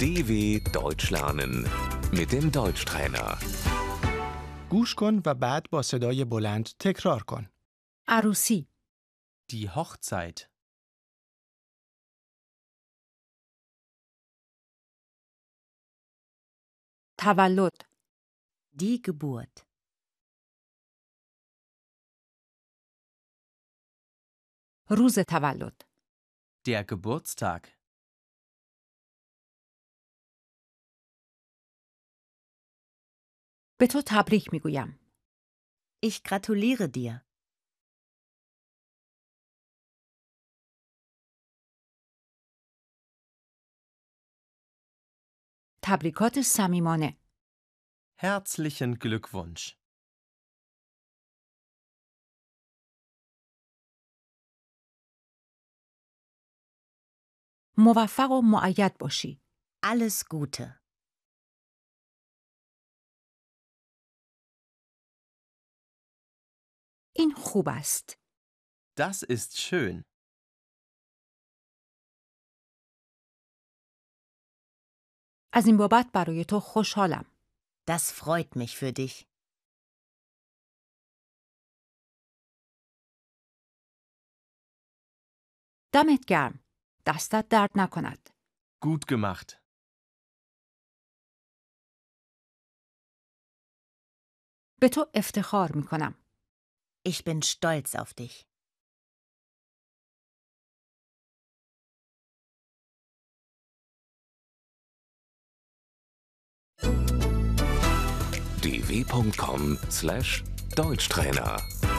DW Deutsch lernen mit dem Deutschtrainer. گوش کن و بعد با صدای بلند تکرار کن. عروسی Die Hochzeit. تولد دی گبورت روز تولد Der Geburtstag. به تو تبریک میگویم Ich gratuliere dir. تبریکات صمیمانه Herzlichen Glückwunsch. موفق و معید باشی Alles Gute. این خوب است Das ist schön. از این بابت برای تو خوشحالم Das freut mich für dich. دمت گرم دستت درد نکند Gut gemacht. به تو افتخار میکنم Ich bin stolz auf dich. dw.com/deutschtrainer